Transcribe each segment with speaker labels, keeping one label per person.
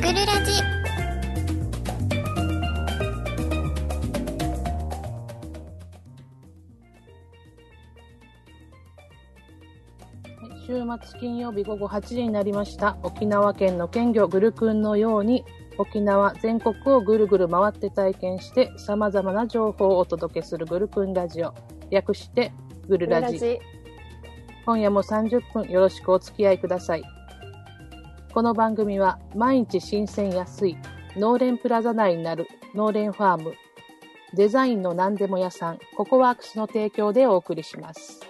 Speaker 1: ブルラジ
Speaker 2: はい週末金曜日午後8時になりました沖縄県の県魚ぐるくんのように沖縄全国をぐるぐる回って体験してさまざまな情報をお届けするぐるくんラジオ略してぐるラジ今夜も30分よろしくお付き合いくださいこの番組は毎日新鮮安い農連プラザ内になる農連ファームデザインの何でも屋さんココワークスの提供でお送りします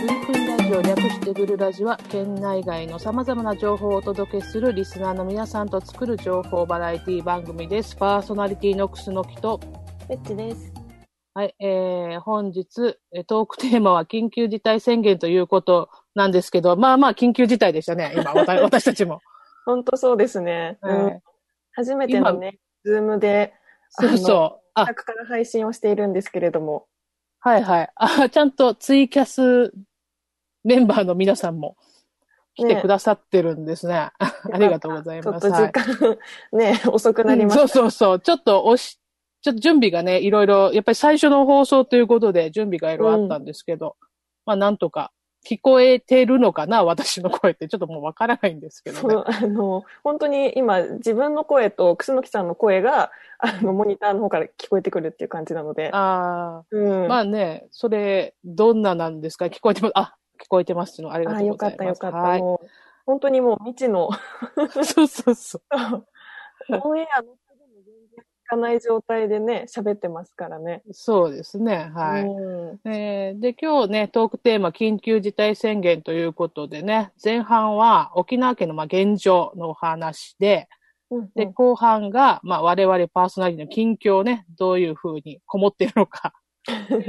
Speaker 2: グルクンラジオ略してグルラジは県内外のさまざまな情報をお届けするリスナーの皆さんと作る情報バラエティ番組ですパーソナリティのクスノキと
Speaker 3: ベッチです。
Speaker 2: はい、えー、本日、えートークテーマは緊急事態宣言ということなんですけど、まあまあ緊急事態でしたね、今、わ た私たちも。
Speaker 3: 本当そうですね。う
Speaker 2: は
Speaker 3: ん、初めてのね、ズームで、
Speaker 2: いそうそう。あ
Speaker 3: 自、宅から配信をしているんですけれども、
Speaker 2: はいはい。あ、ちゃんとツイキャスメンバーの皆さんも来てくださってるんですね。 ありがとうござい
Speaker 3: ちょっ
Speaker 2: ます。
Speaker 3: と時間、 ね、遅くなりまし
Speaker 2: うんそうそうそう。ちょっと押し、ちょっと準備がね、いろいろ、やっぱり最初の放送ということで準備がいろいろあったんですけど、まあなんとか聞こえてるのかな、私の声って。ちょっともうわからないんですけど
Speaker 3: た。そ
Speaker 2: ね。
Speaker 3: うあの本当に今、自分の声と楠木さんの声があのモニターの方から聞こえてくるっていう感じなので、
Speaker 2: ああ、
Speaker 3: うん
Speaker 2: まあね、それ、どんななんですか聞こえてます。あ、聞こえてますっていうのありが
Speaker 3: あ
Speaker 2: とう
Speaker 3: よ
Speaker 2: ござ
Speaker 3: か
Speaker 2: い
Speaker 3: った、
Speaker 2: ま
Speaker 3: よ
Speaker 2: す。
Speaker 3: かった。
Speaker 2: はい。
Speaker 3: もう本当にもう未知の、
Speaker 2: そうそうそう。
Speaker 3: オンエアの人でも全然聞かない状態でね、喋ってますからね。
Speaker 2: そうですね。はい。
Speaker 3: うん
Speaker 2: えーで、今日ね、トークテーマ、緊急事態宣言ということでね、前半は沖縄県のまあ現状のお話で、
Speaker 3: うん
Speaker 2: で、後半が、まあ、我々パーソナリティの近況をね、どういうふうにこもっているの か、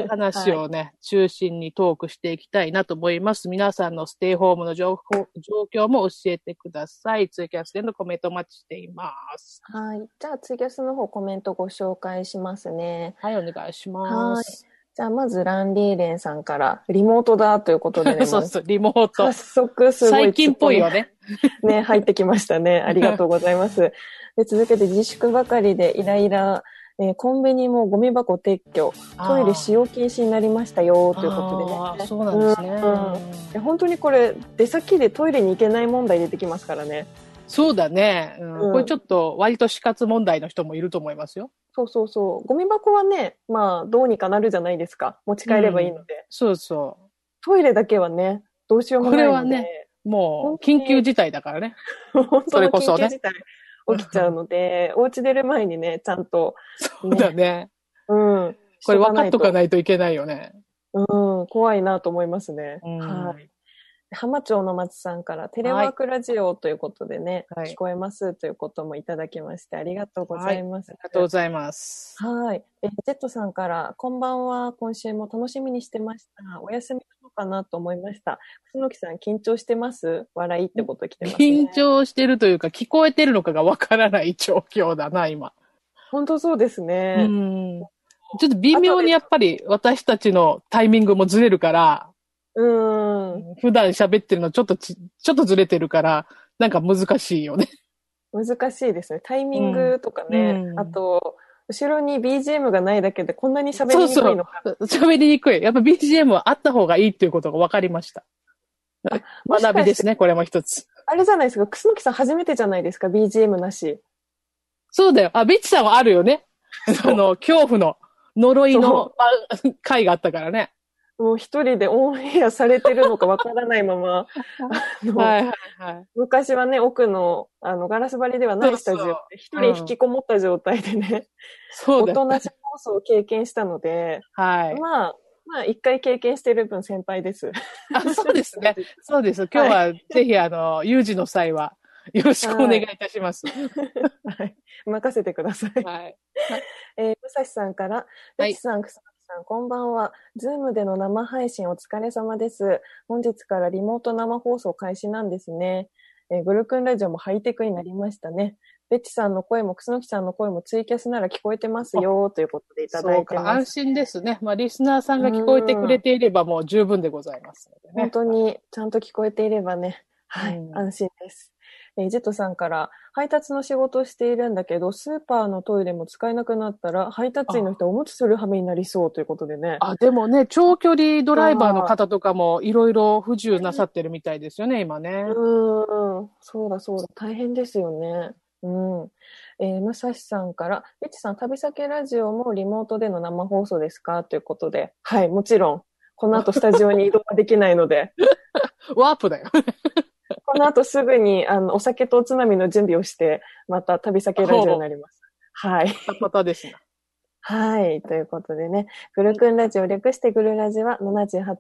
Speaker 2: 話をね、中心にトークしていきたいなと思います。皆さんのステイホームの情報、状況も教えてください。ツイキャスでのコメントお待ちしています。
Speaker 3: はい。じゃあ、ツイキャスの方コメントご紹介しますね。
Speaker 2: はい、お願いします。
Speaker 3: じゃあ、まず、ランリーレンさんから、リモートだということで ね、
Speaker 2: そうそう、リモー
Speaker 3: もう
Speaker 2: ト。
Speaker 3: 早速、すごい。
Speaker 2: 最近っぽいよ。ね。
Speaker 3: ね、入ってきましたね。ありがとうございます。で続けて、自粛ばかりでイライラ、えーコンビニもゴミ箱撤去、トイレ使用禁止になりましたよ、ということ
Speaker 2: あー
Speaker 3: でね。
Speaker 2: そうなんですね、
Speaker 3: うんうんいや本当にこれ、出先でトイレに行けない問題出てきますからね。
Speaker 2: そうだね、うん
Speaker 3: うん
Speaker 2: これちょっと割と死活問題の人もいると思いますよ
Speaker 3: そうそうそう。ゴミ箱はね、まあ、どうにかなるじゃないですか。持ち帰ればいいので。
Speaker 2: そうそ
Speaker 3: トイレだけはね、どうしようもないので。
Speaker 2: これはねうもう
Speaker 3: 本当に
Speaker 2: 緊急事態だからね
Speaker 3: 本
Speaker 2: そ
Speaker 3: 当
Speaker 2: れ
Speaker 3: の
Speaker 2: こそ
Speaker 3: 緊
Speaker 2: ね
Speaker 3: 急事態起きちゃうので、お家出る前にね、ちゃんと、
Speaker 2: そうだね
Speaker 3: うん。
Speaker 2: これ分かっとか
Speaker 3: い
Speaker 2: ないといけないよね
Speaker 3: と。うん、怖いなと思いますね。
Speaker 2: うん
Speaker 3: はい。浜町の松さんからテレワークラジオということでね、
Speaker 2: はい
Speaker 3: 聞こえますということもいただきまして、ありがとうございます。
Speaker 2: ありがとうございます
Speaker 3: はい。え、ジェットさんから、こんばんは、今週も楽しみにしてました。お休みなのかなと思いました。楠木さん、緊張してます笑いってこと来てます、ね。
Speaker 2: 緊張してるというか聞こえてるのかが分からない状況だな今、
Speaker 3: 本当そうですね。
Speaker 2: うんちょっと微妙にやっぱり私たちのタイミングもずれるから
Speaker 3: うーん。
Speaker 2: 普段喋ってるのちょっとちちょっとずれてるからなんか難しいよね
Speaker 3: 難しいですね。タイミングとかね。
Speaker 2: うんうん
Speaker 3: あと、後ろに BGM がないだけでこんなに喋りにくいのか。
Speaker 2: 喋りにくい。やっぱ BGM はあった方がいいっていうことが分かりました。
Speaker 3: もしかして
Speaker 2: 学びですね、これも一つ。
Speaker 3: あれじゃないですか。楠木さん初めてじゃないですか。BGM なし。
Speaker 2: そうだよ。あ、ビッチさんはあるよね。その、恐怖の、呪いの
Speaker 3: そ
Speaker 2: あ 回があったからね。
Speaker 3: もう一人でオンエアされてるのかわからない まま。あの
Speaker 2: はいはいはい。
Speaker 3: 昔はね、奥の、あの、ガラス張りではないスタジオで
Speaker 2: そうそう、
Speaker 3: 一人引きこもった状態でね、
Speaker 2: そう
Speaker 3: 大
Speaker 2: だよ。
Speaker 3: 人し放送を経験したので、
Speaker 2: はい。
Speaker 3: まあ、まあ、一回経験してる分先輩です。
Speaker 2: あ、 そうですね。そうです。今日は、ぜひ、あの、有事の際は、よろしくお願いいたします。
Speaker 3: はい。任せてください。
Speaker 2: はい。
Speaker 3: えー、武蔵さんから、
Speaker 2: はい
Speaker 3: レチさん、草木さん、こんばんは。ズームでの生配信お疲れ様です。本日からリモート生放送開始なんですね。えー、グルクンラジオもハイテクになりましたね。ベッチさんの声も、楠木さんの声もツイキャスなら聞こえてますよ、ということでいただ
Speaker 2: そう
Speaker 3: いて
Speaker 2: か、
Speaker 3: ま
Speaker 2: 安
Speaker 3: す。
Speaker 2: 心ですね。まあ、リスナーさんが聞こえてくれていればもう十分でございますので
Speaker 3: 本
Speaker 2: ね。
Speaker 3: 当にちゃんと聞こえていればね、はい、
Speaker 2: うん
Speaker 3: 安心です。えージェットさんから、配達の仕事をしているんだけど、スーパーのトイレも使えなくなったら、配達員の人はおむつする羽目になりそうということでね。
Speaker 2: あ、でもね、長距離ドライバーの方とかもいろいろ不自由なさってるみたいですよね、今ね
Speaker 3: う。ーん、そうだそうだ、大変ですよね。うん。えー、武蔵さんから、エッチさん、旅先ラジオもリモートでの生放送ですかということで、はい、もちろん、この後スタジオに移動はできないので、
Speaker 2: ワープ だよ。
Speaker 3: この後すぐに、あの、お酒とおつまみの準備をして、また旅先ラジオになります。はい。
Speaker 2: またですね。
Speaker 3: はい。ということでね、グルクンラジオ略してグルラジは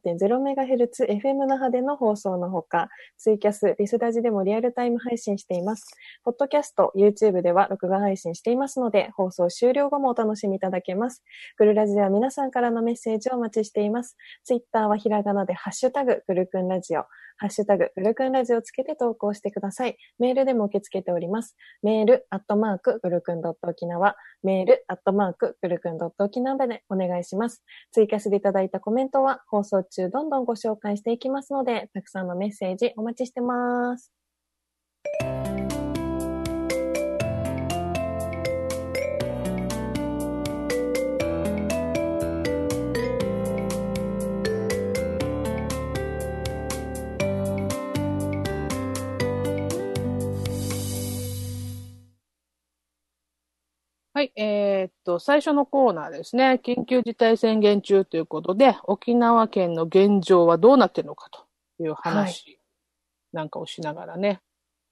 Speaker 3: 78.0MHz FM 那覇での放送のほか、ツイキャス、リスラジでもリアルタイム配信しています。ポッドキャスト、YouTube では録画配信していますので、放送終了後もお楽しみいただけます。グルラジでは皆さんからのメッセージをお待ちしています。ツイッターはひらがなでハッシュタグ、グルクンラジオ、ハッシュタグ、グルクンラジオをつけて投稿してください。メールでも受け付けております。メール、アットマーク、グルクンドット沖縄、メール、アットマーク、くるくん .okinawa までお願いします。追加していただいたコメントは放送中どんどんご紹介していきますので、たくさんのメッセージお待ちしてます。
Speaker 2: はい、えーっと、最初のコーナーですね。緊急事態宣言中ということで、沖縄県の現状はどうなってるのかという話なんかをしながらね、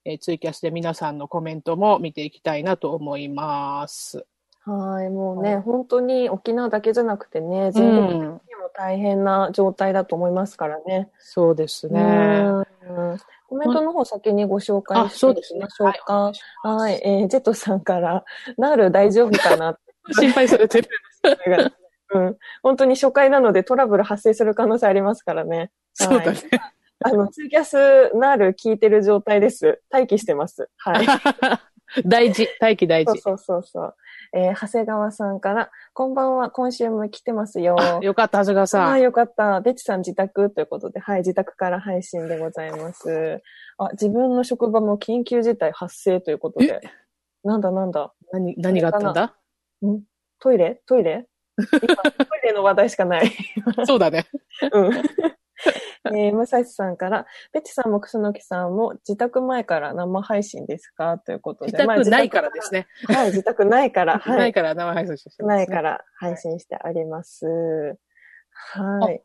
Speaker 2: えーツイキャスで皆さんのコメントも見ていきたいなと思います。
Speaker 3: はい、もう
Speaker 2: は
Speaker 3: ね、本当に沖縄だけじゃなくてね、全国的にも大変な状態だと思いますからね。
Speaker 2: そうですね。
Speaker 3: うんコメントの方先にご紹介
Speaker 2: あ
Speaker 3: して
Speaker 2: そう
Speaker 3: い
Speaker 2: で
Speaker 3: き
Speaker 2: すね
Speaker 3: ましょう
Speaker 2: は
Speaker 3: か
Speaker 2: い。
Speaker 3: はい、えージェットさんから、なる大丈夫かな
Speaker 2: 心配されてる。
Speaker 3: っていうの がうん、本当に初回なのでトラブル発生する可能性ありますからね。
Speaker 2: そうだね。
Speaker 3: あの、ツイキャスなる聞いてる状態です。待機してます。はい。
Speaker 2: 大事。大気大
Speaker 3: そう
Speaker 2: 事。
Speaker 3: そうそうそう。えー長谷川さんから、こんばんは、今週も来てますよ。
Speaker 2: あよかった、長谷川さ
Speaker 3: あ
Speaker 2: ん
Speaker 3: あ、。よかった。ベチさん自宅ということで、はい、自宅から配信でございます。あ、自分の職場も緊急事態発生ということで。なんだなんだ。
Speaker 2: 何、何があったんだ
Speaker 3: トイレトイレ 今トイレの話題しかない。
Speaker 2: そうだね。
Speaker 3: うん。えー、武蔵さんから、ベチさんも楠木さんも自宅前から生配信ですかということで。
Speaker 2: 自宅ないからです
Speaker 3: ね。
Speaker 2: ね。
Speaker 3: はい、自宅ない から。はい、
Speaker 2: ないから生配信してますね
Speaker 3: ないから配信してあります。はい。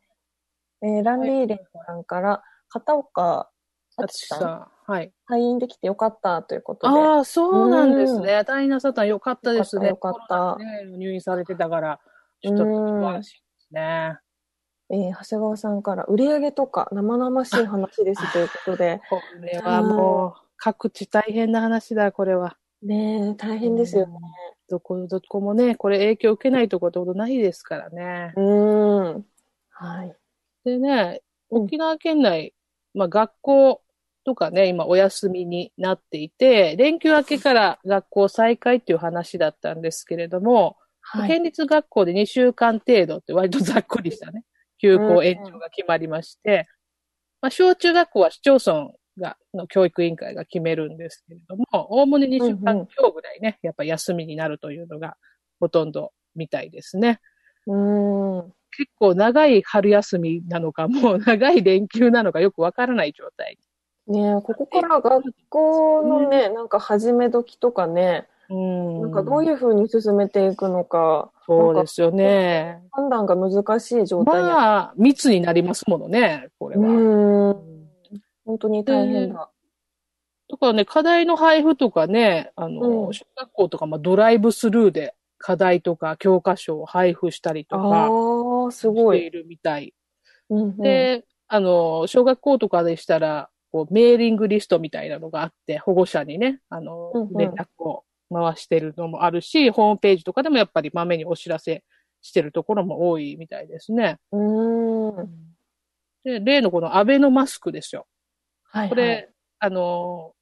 Speaker 3: えーランリーレンさんから、片岡敦
Speaker 2: 淳
Speaker 3: さん、
Speaker 2: さん。はい。
Speaker 3: 退院できてよかったということで。
Speaker 2: ああ、そうなんですね。退院なさったのよかったですね。
Speaker 3: よかったよか
Speaker 2: コ
Speaker 3: った
Speaker 2: ロナでね入院されてたから、ちょっと安心ですね。
Speaker 3: えー長谷川さんから、売り上げとか生々しい話ですということで。
Speaker 2: これはもう、各地大変な話だ、これは。
Speaker 3: ねえ、大変ですよね。
Speaker 2: どこ、どこもね、これ影響受けないとこってことないですからね。
Speaker 3: うーん。はい。
Speaker 2: でね、
Speaker 3: うん
Speaker 2: 沖縄県内、まあ学校とかね、今お休みになっていて、連休明けから学校再開っていう話だったんですけれども、
Speaker 3: はい。
Speaker 2: 県立学校で2週間程度って割とざっくりしたね、休
Speaker 3: うんう
Speaker 2: 校
Speaker 3: ん
Speaker 2: 延長が決まりまして、まあ、小中学校は市町村が、の教育委員会が決めるんですけれども、おおむね2週
Speaker 3: うんう
Speaker 2: 間
Speaker 3: ん
Speaker 2: 強ぐらいね、やっぱ休みになるというのがほとんどみたいですね。
Speaker 3: うーん。
Speaker 2: 結構長い春休みなのか、 もう長い連休なのかよくわからない状態。
Speaker 3: ねえ、ここから学校のね、なんか始め時とかね、
Speaker 2: うん。
Speaker 3: なんかどういうふうに進めていくのか、
Speaker 2: そうですよね。
Speaker 3: 判断が難しい状態に。
Speaker 2: まあ、密になりますものね、これ
Speaker 3: う
Speaker 2: は。
Speaker 3: ー。
Speaker 2: うんん
Speaker 3: 本当に大変だ。
Speaker 2: だからね、課題の配布とかね、あの、
Speaker 3: うん
Speaker 2: 小学校とか、まあ、ドライブスルーで課題とか教科書を配布したりとか
Speaker 3: ああ、す
Speaker 2: し
Speaker 3: ご
Speaker 2: て
Speaker 3: い。
Speaker 2: いるみたい。
Speaker 3: うんうん、
Speaker 2: で、あの、小学校とかでしたら、こう、メーリングリストみたいなのがあって、保護者にね、あの
Speaker 3: うんう、ん
Speaker 2: 連絡を回してるのもあるし、ホームページとかでもやっぱりまめにお知らせしてるところも多いみたいですね。
Speaker 3: うーん。
Speaker 2: で、例のこのアベノマスクですよ。
Speaker 3: はい、
Speaker 2: これ、あの、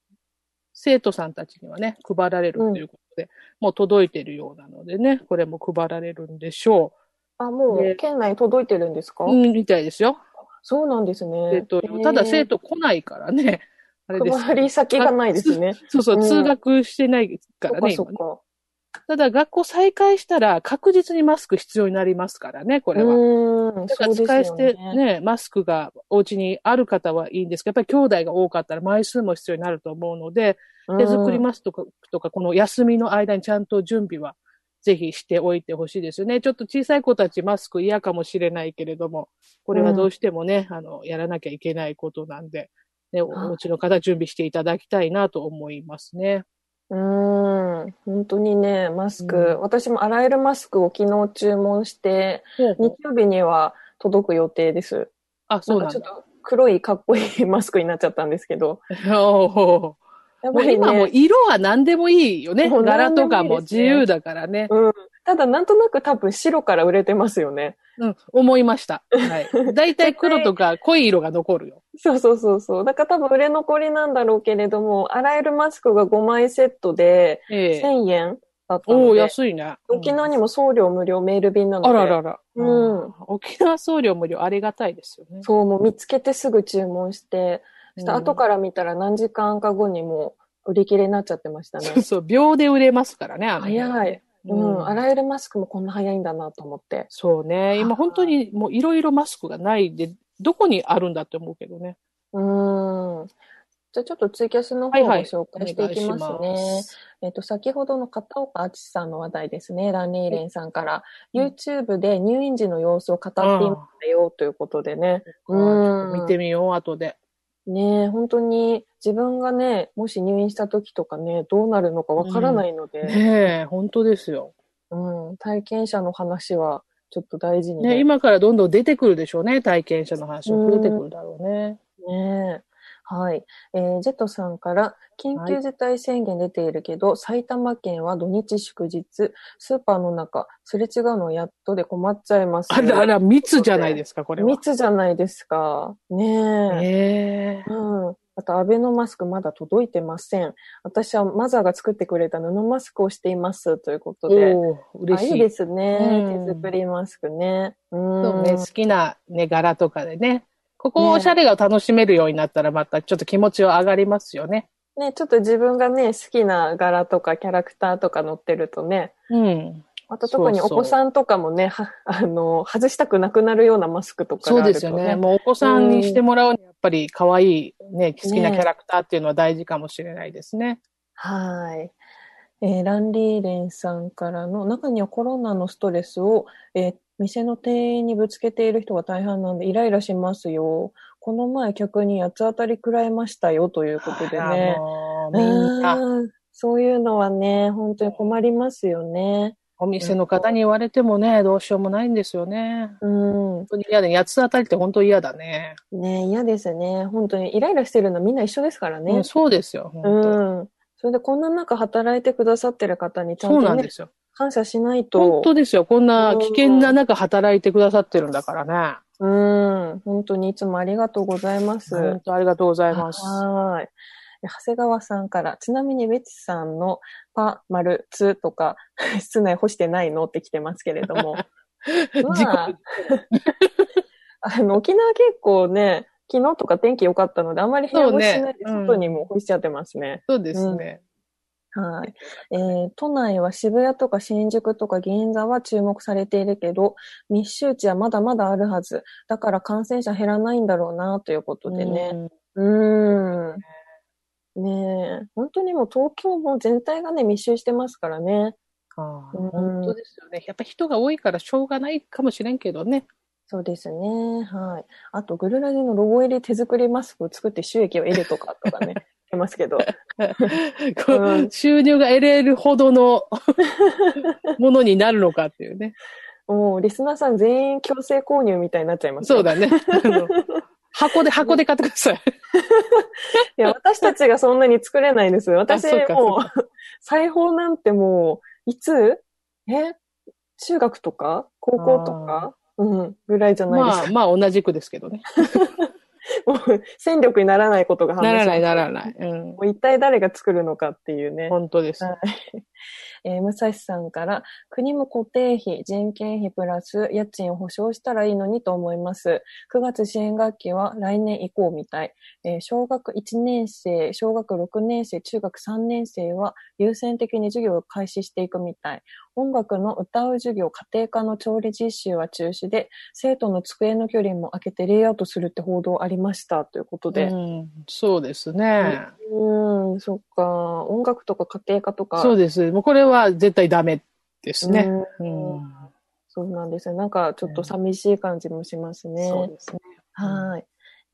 Speaker 2: 生徒さんたちにはね、配られるということで、もう届いてるようなのでね、これも配られるんでしょ
Speaker 3: あ、も
Speaker 2: ね
Speaker 3: う、県内届いてるんですか、
Speaker 2: う。うん、みたいですよ。
Speaker 3: そうなんですね。
Speaker 2: えっと、ただ生
Speaker 3: 徒、
Speaker 2: 徒来ないからね、あれですよ。
Speaker 3: 配り先がないで すね。
Speaker 2: そうそう、
Speaker 3: うん
Speaker 2: 通学してないか
Speaker 3: そ
Speaker 2: ら
Speaker 3: っ
Speaker 2: ね、
Speaker 3: かそっ
Speaker 2: 今ね
Speaker 3: か。
Speaker 2: ただ学校再開したら確実にマスク必要になりますからね、これは。
Speaker 3: うーん、
Speaker 2: だか
Speaker 3: そ
Speaker 2: ら
Speaker 3: うです
Speaker 2: 使い捨
Speaker 3: よ
Speaker 2: て
Speaker 3: ね。
Speaker 2: ねマスクがお家にある方はいいんですけど、やっぱり兄弟が多かったら枚数も必要になると思うので、手作り
Speaker 3: うん
Speaker 2: マスクとか、とかこの休みの間にちゃんと準備はぜひしておいてほしいですよね。ちょっと小さい子たちマスク嫌かもしれないけれども、これはどうしてもね、あの、やらなきゃいけないことなんで、ね、お
Speaker 3: はい
Speaker 2: お家の方準備していただきたいなと思いますね。
Speaker 3: うーん、本当にね、マスク、
Speaker 2: うん
Speaker 3: 私も洗えるマスクを昨日注文して、日曜日には届く予定です。
Speaker 2: あ、そう
Speaker 3: なん
Speaker 2: なん
Speaker 3: かちょ
Speaker 2: だ
Speaker 3: っ。と黒いかっこいいマスクになっちゃったんですけど、
Speaker 2: おー
Speaker 3: やっ
Speaker 2: も
Speaker 3: ぱ
Speaker 2: う
Speaker 3: り
Speaker 2: 今もう
Speaker 3: ね、
Speaker 2: 色は何でもいいよね。
Speaker 3: もう
Speaker 2: 柄
Speaker 3: 何で
Speaker 2: と
Speaker 3: もいいです
Speaker 2: か
Speaker 3: ね
Speaker 2: も自由だからね。
Speaker 3: うん、ただなんとなく多分白から売れてますよね。
Speaker 2: うん、思いました。 はい。だいたい黒とか濃い色が残るよ。
Speaker 3: そうそうそうそう。だから多分売れ残りなんだろうけれども、洗えるマスクが5枚セットで
Speaker 2: ええ
Speaker 3: 1000円だった
Speaker 2: お
Speaker 3: の
Speaker 2: お
Speaker 3: で、
Speaker 2: 安いね。
Speaker 3: 沖縄にも送料無料メール便なの
Speaker 2: あ
Speaker 3: で、
Speaker 2: ららら。
Speaker 3: うん
Speaker 2: 沖縄送料無料ありがたいですよね。
Speaker 3: そう、もう見つけてすぐ注文して、そしたら
Speaker 2: うん
Speaker 3: 後から見たら何時間か後にもう売り切れになっちゃってましたね
Speaker 2: そう。そう、秒で売れますからね、あの
Speaker 3: 早い。
Speaker 2: う
Speaker 3: うん、
Speaker 2: ん。
Speaker 3: 洗えるマスクもこんな早いんだなと思って。
Speaker 2: そうね。今本当にもういろいろマスクがないで、どこにあるんだって思うけどね。
Speaker 3: うん。じゃあちょっとツイキャスの
Speaker 2: は
Speaker 3: 方
Speaker 2: い
Speaker 3: をご
Speaker 2: はい
Speaker 3: 紹
Speaker 2: お
Speaker 3: 介
Speaker 2: 願
Speaker 3: していきますね。
Speaker 2: いし
Speaker 3: えっと、先ほどの片岡敦さんの話題ですね。ランニーレンさんから、YouTube で入院時の様子を語っていましたよということでね。
Speaker 2: うん
Speaker 3: うん
Speaker 2: 見てみよう、後で。
Speaker 3: ねえ、本当に自分がね、もし入院した時とかね、どうなるのかわからないので、
Speaker 2: ねえ、本当ですよ。
Speaker 3: うん、体験者の話はちょっと大事にね。
Speaker 2: ね、今からどんどん出てくるでしょうね、体験者の話も
Speaker 3: う
Speaker 2: 出
Speaker 3: ん
Speaker 2: てくるだろうね。
Speaker 3: ねはい。えージェットさんから、緊急事態宣言出ているけど、埼玉県は土日祝日、スーパーの中、すれ違うのやっとで困っちゃいます。
Speaker 2: あらあら、密じゃないですか、これは。
Speaker 3: 密じゃないですか。ねえ。
Speaker 2: ねえ。
Speaker 3: うん。あと、アベノマスクまだ届いてません。私はマザーが作ってくれた布マスクをしています。ということで。
Speaker 2: おお、嬉
Speaker 3: あ
Speaker 2: し
Speaker 3: いい
Speaker 2: い。
Speaker 3: ですね、
Speaker 2: うん
Speaker 3: 手作りマスクね。うん。
Speaker 2: そうね、好きな、ね、柄とかでね。ここをおしゃれが楽しめるようになったらまたちょっと気持ちは上がりますよね。
Speaker 3: ね、ちょっと自分がね、好きな柄とかキャラクターとか載ってるとね、
Speaker 2: うん。
Speaker 3: あと特に
Speaker 2: そう
Speaker 3: お
Speaker 2: そう
Speaker 3: 子さんとかもね、 はあの、外したくなくなるようなマスクとか
Speaker 2: そう
Speaker 3: がある
Speaker 2: です
Speaker 3: と、ね。
Speaker 2: よね。もうお子さんにしてもらうにはやっぱり可愛いね、好きなキャラクターっていうのは大事かもしれないですね。
Speaker 3: はい。えーランリーレンさんからの、中にはコロナのストレスを、えー店の店員にぶつけている人が大半なんで、イライラしますよ。この前客に八つ当たり食らいましたよ、ということで
Speaker 2: あら
Speaker 3: ね。
Speaker 2: もうみんな、
Speaker 3: うんそういうのはね、本当に困りますよね。
Speaker 2: お店の方に言われてもね、どうしようもないんですよね。
Speaker 3: うん
Speaker 2: 本。当に嫌で、八つ当たりって本当嫌だね。
Speaker 3: ね嫌ですね。本当にイライラしてるのはみんな一緒ですから
Speaker 2: う
Speaker 3: ね
Speaker 2: ん。そうですよ、本
Speaker 3: う
Speaker 2: 当。
Speaker 3: ん。それでこんな中働いてくださってる方にちゃ
Speaker 2: そ
Speaker 3: ん
Speaker 2: うな
Speaker 3: と
Speaker 2: ん
Speaker 3: ね
Speaker 2: で、すよ。
Speaker 3: 感謝しないと。
Speaker 2: 本当ですよ。こんな危険な中働いてくださってるんだからね。
Speaker 3: うん、本当にいつもありがとうございます。
Speaker 2: 本当ありがとうございます。
Speaker 3: はーい。長谷川さんから、ちなみにベチさんのパ、丸、ツとか、 室内干してないのって来てますけれ ども。ま
Speaker 2: 事
Speaker 3: あ
Speaker 2: 故、
Speaker 3: あの、沖縄結構ね、昨日とか天気良かったので、あんまり部屋干ししないで
Speaker 2: そうねうん
Speaker 3: 外にも干しちゃってますね。
Speaker 2: そうですね。
Speaker 3: はい。えー都内は渋谷とか新宿とか銀座は注目されているけど、密集地はまだまだあるはず。だから感染者減らないんだろうな、ということでね。
Speaker 2: うん
Speaker 3: うーん。ねえ、本当にもう東京も全体がね、密集してますからね。
Speaker 2: ああ
Speaker 3: うん
Speaker 2: 本当ですよね。やっぱ人が多いからしょうがないかもしれんけどね。
Speaker 3: そうですね。はい。あと、グルラジのロゴ入り手作りマスクを作って収益を得るとか、とかね、言ってます けど。
Speaker 2: こう
Speaker 3: うん
Speaker 2: 収入が得れるほどの ものになるのかっていうね。
Speaker 3: もう、リスナーさん全員強制購入みたいになっちゃいますよ
Speaker 2: そう。だね。あの箱で、箱で買ってください。
Speaker 3: い や、私たちがそんなに作れないです。私
Speaker 2: あそうか
Speaker 3: もう、 裁縫なんてもう、いつえ中学とか高校とかうん、ぐらいじゃないです
Speaker 2: ま
Speaker 3: か
Speaker 2: あ、。まあ、同じくですけどね。
Speaker 3: もう戦力にならないことが判明
Speaker 2: な
Speaker 3: しま
Speaker 2: ら
Speaker 3: した
Speaker 2: ない、ならない。うん
Speaker 3: も。う一体誰が作るのかっていうね。
Speaker 2: 本当です。
Speaker 3: えー武蔵さんから、国も固定費、人件費プラス家賃を保証したらいいのにと思います。9月新学期は来年以降みたい。えー小学1年生、小学6年生、中学3年生は優先的に授業を開始していくみたい。音楽の歌う授業、家庭科の調理実習は中止で、生徒の机の距離も空けてレイアウトするって報道ありましたということで。
Speaker 2: うん、そうですね。
Speaker 3: うん、そっか。音楽とか家庭科とか。
Speaker 2: そうです。もうこれは絶対ダメですね。う
Speaker 3: うん
Speaker 2: ん。
Speaker 3: そうなんですよ。なんかちょっと寂しい感じもしますね。
Speaker 2: そうですね。
Speaker 3: はい。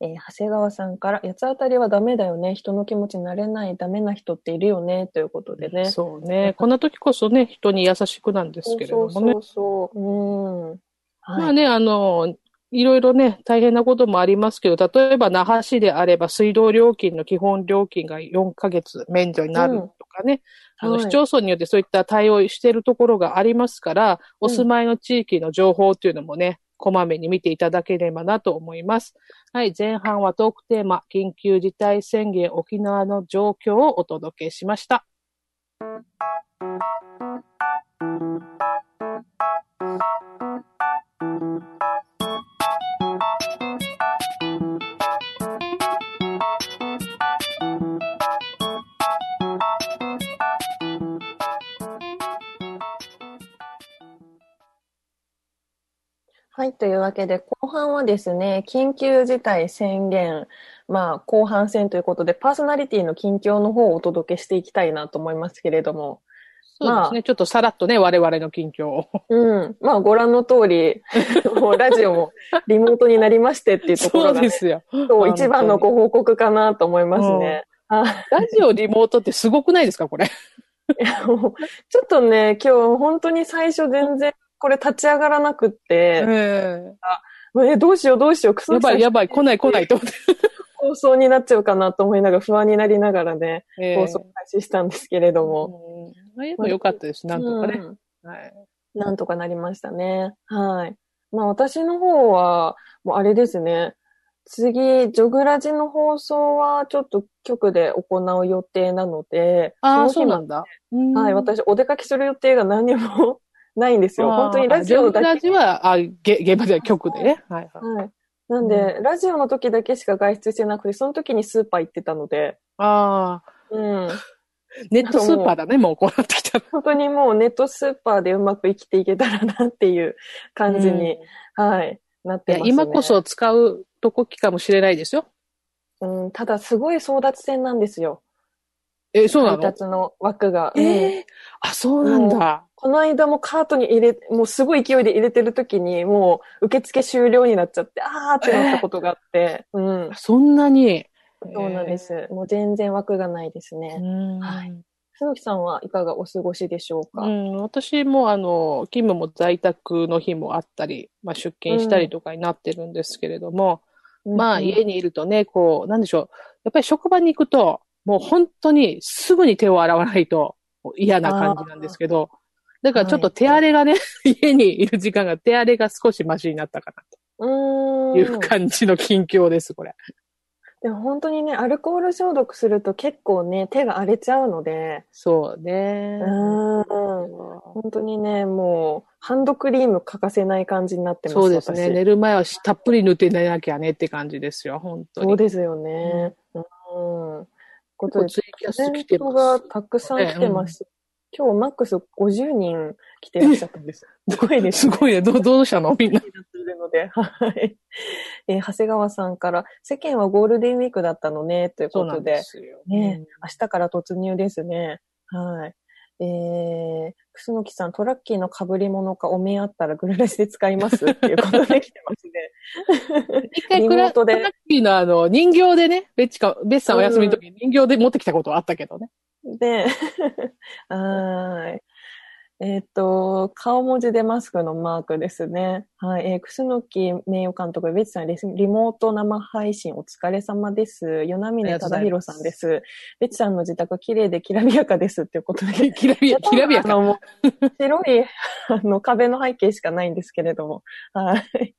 Speaker 3: えー長谷川さんから、八つ当たりはダメだよね。人の気持ちになれない、ダメな人っているよね。ということでね。
Speaker 2: そうね。こんな時こそね、人に優しくなんですけれどもね。
Speaker 3: そうそうそう。うん。
Speaker 2: まあ
Speaker 3: はい。
Speaker 2: ね、あの、いろいろね、大変なこともありますけど、例えば那覇市であれば水道料金の基本料金が4ヶ月免除になるとかね、あの
Speaker 3: はい
Speaker 2: 市町村によってそういった対応しているところがありますから、お住まいの地域の情報というのもね、こまめに見ていただければなと思います。はい、前半はトークテーマ、緊急事態宣言沖縄の状況をお届けしました。
Speaker 3: はい。というわけで、後半はですね、緊急事態宣言、まあ、後半戦ということで、パーソナリティの近況の方をお届けしていきたいなと思いますけれども。
Speaker 2: そうですね、ちょっとさらっとね、我々の近況を。
Speaker 3: うん。まあ、ご覧の通り、 もうラジオもリモートになりましてっていうところ
Speaker 2: そう
Speaker 3: が、
Speaker 2: で
Speaker 3: ね、
Speaker 2: すよ。
Speaker 3: 今日一番のご報告かなと思いますね。はい
Speaker 2: ラジオリモートってすごくないですか、これ。
Speaker 3: もうちょっとね、今日本当に最初全然これ立ち上がらなくって、え、どうしようどうしよう、クソ
Speaker 2: やばいや
Speaker 3: 久
Speaker 2: ばい、来ない来ないと思って。
Speaker 3: 放送になっちゃうかなと思いながら不安になりながらね、
Speaker 2: え
Speaker 3: 放送開始したんですけれども。
Speaker 2: えも良かったです、なんとかね。
Speaker 3: うん
Speaker 2: はい
Speaker 3: なんとかなりましたね。はい。まあ私の方は、もうあれですね。次、ジョグラジの放送はちょっと局で行う予定なので、
Speaker 2: ああ、
Speaker 3: そ
Speaker 2: そう
Speaker 3: の日ま
Speaker 2: なんだ。
Speaker 3: ではい、私お出かけする予定が何にも ないんですよ。本当にラジオだけ。
Speaker 2: ラジオは、あ、げ現場では局でね。はいはい。
Speaker 3: はい。なんで、ラジオの時だけしか外出してなくて、その時にスーパー行ってたので、
Speaker 2: ああ、
Speaker 3: うん。
Speaker 2: ネットスーパーだね、もうこうなってきたら。
Speaker 3: 本当にもうネットスーパーでうまく生きていけたらなっていう感じに、はい、なっ
Speaker 2: い
Speaker 3: て
Speaker 2: や
Speaker 3: ますね。
Speaker 2: 今こそ使うとこきかもしれないですよ。
Speaker 3: うん、ただすごい争奪戦なんですよ。
Speaker 2: え、そうな
Speaker 3: 配
Speaker 2: の
Speaker 3: 達の枠が。うん
Speaker 2: ええ。あ、そうなんだ。
Speaker 3: この間もカートに入れ、もうすごい勢いで入れてる時に、もう受付終了になっちゃって、あーってなったことがあって、うん。
Speaker 2: そんなに。
Speaker 3: そうなんで。す。もう全然枠がないです
Speaker 2: う
Speaker 3: ね。
Speaker 2: ん。
Speaker 3: はい鈴、木、さんはいかがお過ごしでしょうか、
Speaker 2: うん、私もあの勤務も在宅の日もあったり、まあ、出勤したりとかになってるんですけれども、まあ家
Speaker 3: に。
Speaker 2: にいるとね、こう、なんでしょう、やっぱり職場に行くと、もう本当にすぐに手を洗わないと嫌な感じなんですけど、だからちょっと手荒れがね、 家にいる時間が手荒れが少しマシになったか
Speaker 3: う
Speaker 2: な
Speaker 3: ー
Speaker 2: という感じの近況です、これ。
Speaker 3: でも本当にね、アルコール消毒すると結構ね、手が荒れちゃうので、
Speaker 2: そうね
Speaker 3: う。ん。本当にね、もう、ハンドクリーム欠かせない感じになってます、
Speaker 2: そうです
Speaker 3: 私
Speaker 2: ね。寝る前はしたっぷり塗って寝なきゃねって感じですよ、本当
Speaker 3: そう
Speaker 2: に。
Speaker 3: ですよね。うん。ことで、
Speaker 2: ツイキャス来て
Speaker 3: コメント
Speaker 2: ま
Speaker 3: が
Speaker 2: す。
Speaker 3: たくさん来てます。今日マックス50人来てらっしゃったん です。すごいです
Speaker 2: す
Speaker 3: ね。
Speaker 2: ごいね。どう、どうしたのみんな。
Speaker 3: いるので、はい。えー長谷川さんから、世間はゴールデンウィークだったのね、ということで。
Speaker 2: すよ。
Speaker 3: ね、明日から突入ですね。はい。えー、楠木さん、トラッキーの被り物かお面あったらグルラシで使いますっていうことで来てますね。
Speaker 2: 一回ク
Speaker 3: リモ
Speaker 2: ラ、
Speaker 3: ート
Speaker 2: ク
Speaker 3: で
Speaker 2: ラッキーのあの、人形でね、ベッチか、ベッチさんお休みの時に人形で持ってきたことはあったけど ね。
Speaker 3: で、 はーい。えーっと、顔文字でマスクのマークですね。はい。えー、楠木名誉監督、ベチさんリス、リモート生配信お疲れ様です。与那
Speaker 2: あ
Speaker 3: 峰
Speaker 2: りがとうござ
Speaker 3: 忠
Speaker 2: いま
Speaker 3: 宏
Speaker 2: す
Speaker 3: さんです。ベチさんの自宅、綺麗できらびやかですっていうことで。
Speaker 2: きらびや、きらびや
Speaker 3: あの
Speaker 2: か。
Speaker 3: もう白いあの壁の背景しかないんですけれども。はい。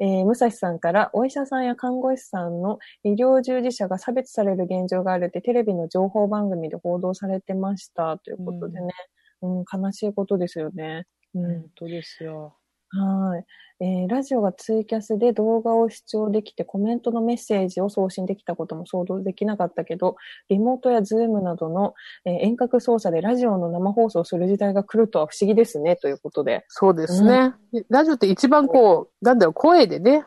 Speaker 3: えー、武蔵さんから、お医者さんや看護師さんの医療従事者が差別される現状があるってテレビの情報番組で報道されてましたということでね、うん、悲しいことですよね。うん
Speaker 2: 本当ですよ。
Speaker 3: はい、えーラジオがツイキャスで動画を視聴できてコメントのメッセージを送信できたことも想像できなかったけど、リモートやズームなどの、えー遠隔操作でラジオの生放送をする時代が来るとは不思議ですね、ということで。
Speaker 2: そうですね。でラジオって一番こう、なんだろう、声でね、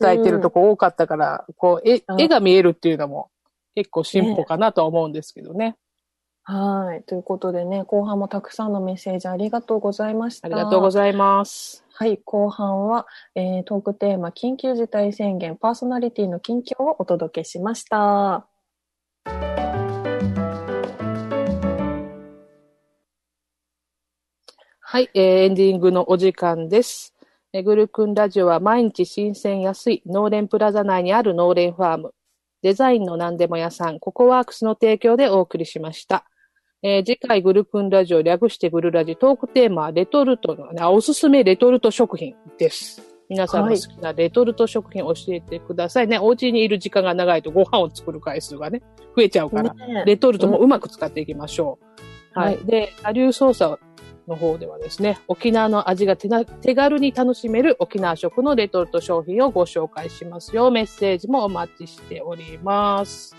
Speaker 2: 伝えてるとこ多かったから、こう、絵
Speaker 3: う、ん
Speaker 2: 絵が見えるっていうのも結構進歩かなとは思うんですけどね。
Speaker 3: はい。ということでね、後半もたくさんのメッセージありがとうございました。
Speaker 2: ありがとうございます。
Speaker 3: はい。後半は、えートークテーマ、緊急事態宣言、パーソナリティの近況をお届けしました。
Speaker 2: はい、えーエンディングのお時間です。えーぐるくんラジオは毎日新鮮安い農連プラザ内にある農連ファーム、デザインの何でも屋さん、ココワークスの提供でお送りしました。えー次回ぐるくんラジオ略してぐるラジトークテーマはレトルトの、あおすすめレトルト食品です。皆さんの好きなレトルト食品教えてくださいね。お家にいる時間が長いとご飯を作る回数がね、増えちゃうから。
Speaker 3: ね
Speaker 2: レトルトもうまく使っていきましょう。
Speaker 3: うん
Speaker 2: はい。で、下流操作の方ではですね、沖縄の味が手な手軽に楽しめる沖縄食のレトルト商品をご紹介しますよ。メッセージもお待ちしております。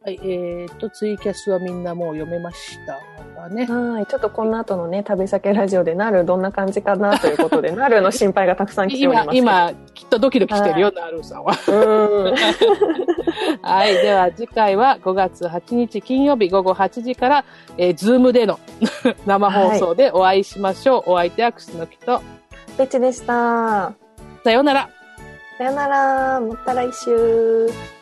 Speaker 2: はい。えー、っと、ツイキャスはみんなもう読めましたかね。
Speaker 3: はい。ちょっとこの後のね、旅先ラジオでなるどんな感じかなということで、なるの心配がたくさん来ておりま
Speaker 2: 今、
Speaker 3: す。
Speaker 2: 今、きっとドキドキしてるよ、なるさんは。
Speaker 3: うん。
Speaker 2: はい。では、次回は5月8日金曜日午後8時から、えー、ズームでの 生放送でお会いしましょう。お相手はクスノキと、
Speaker 3: ペチでした。
Speaker 2: さようなら。
Speaker 3: さよなら。また来週。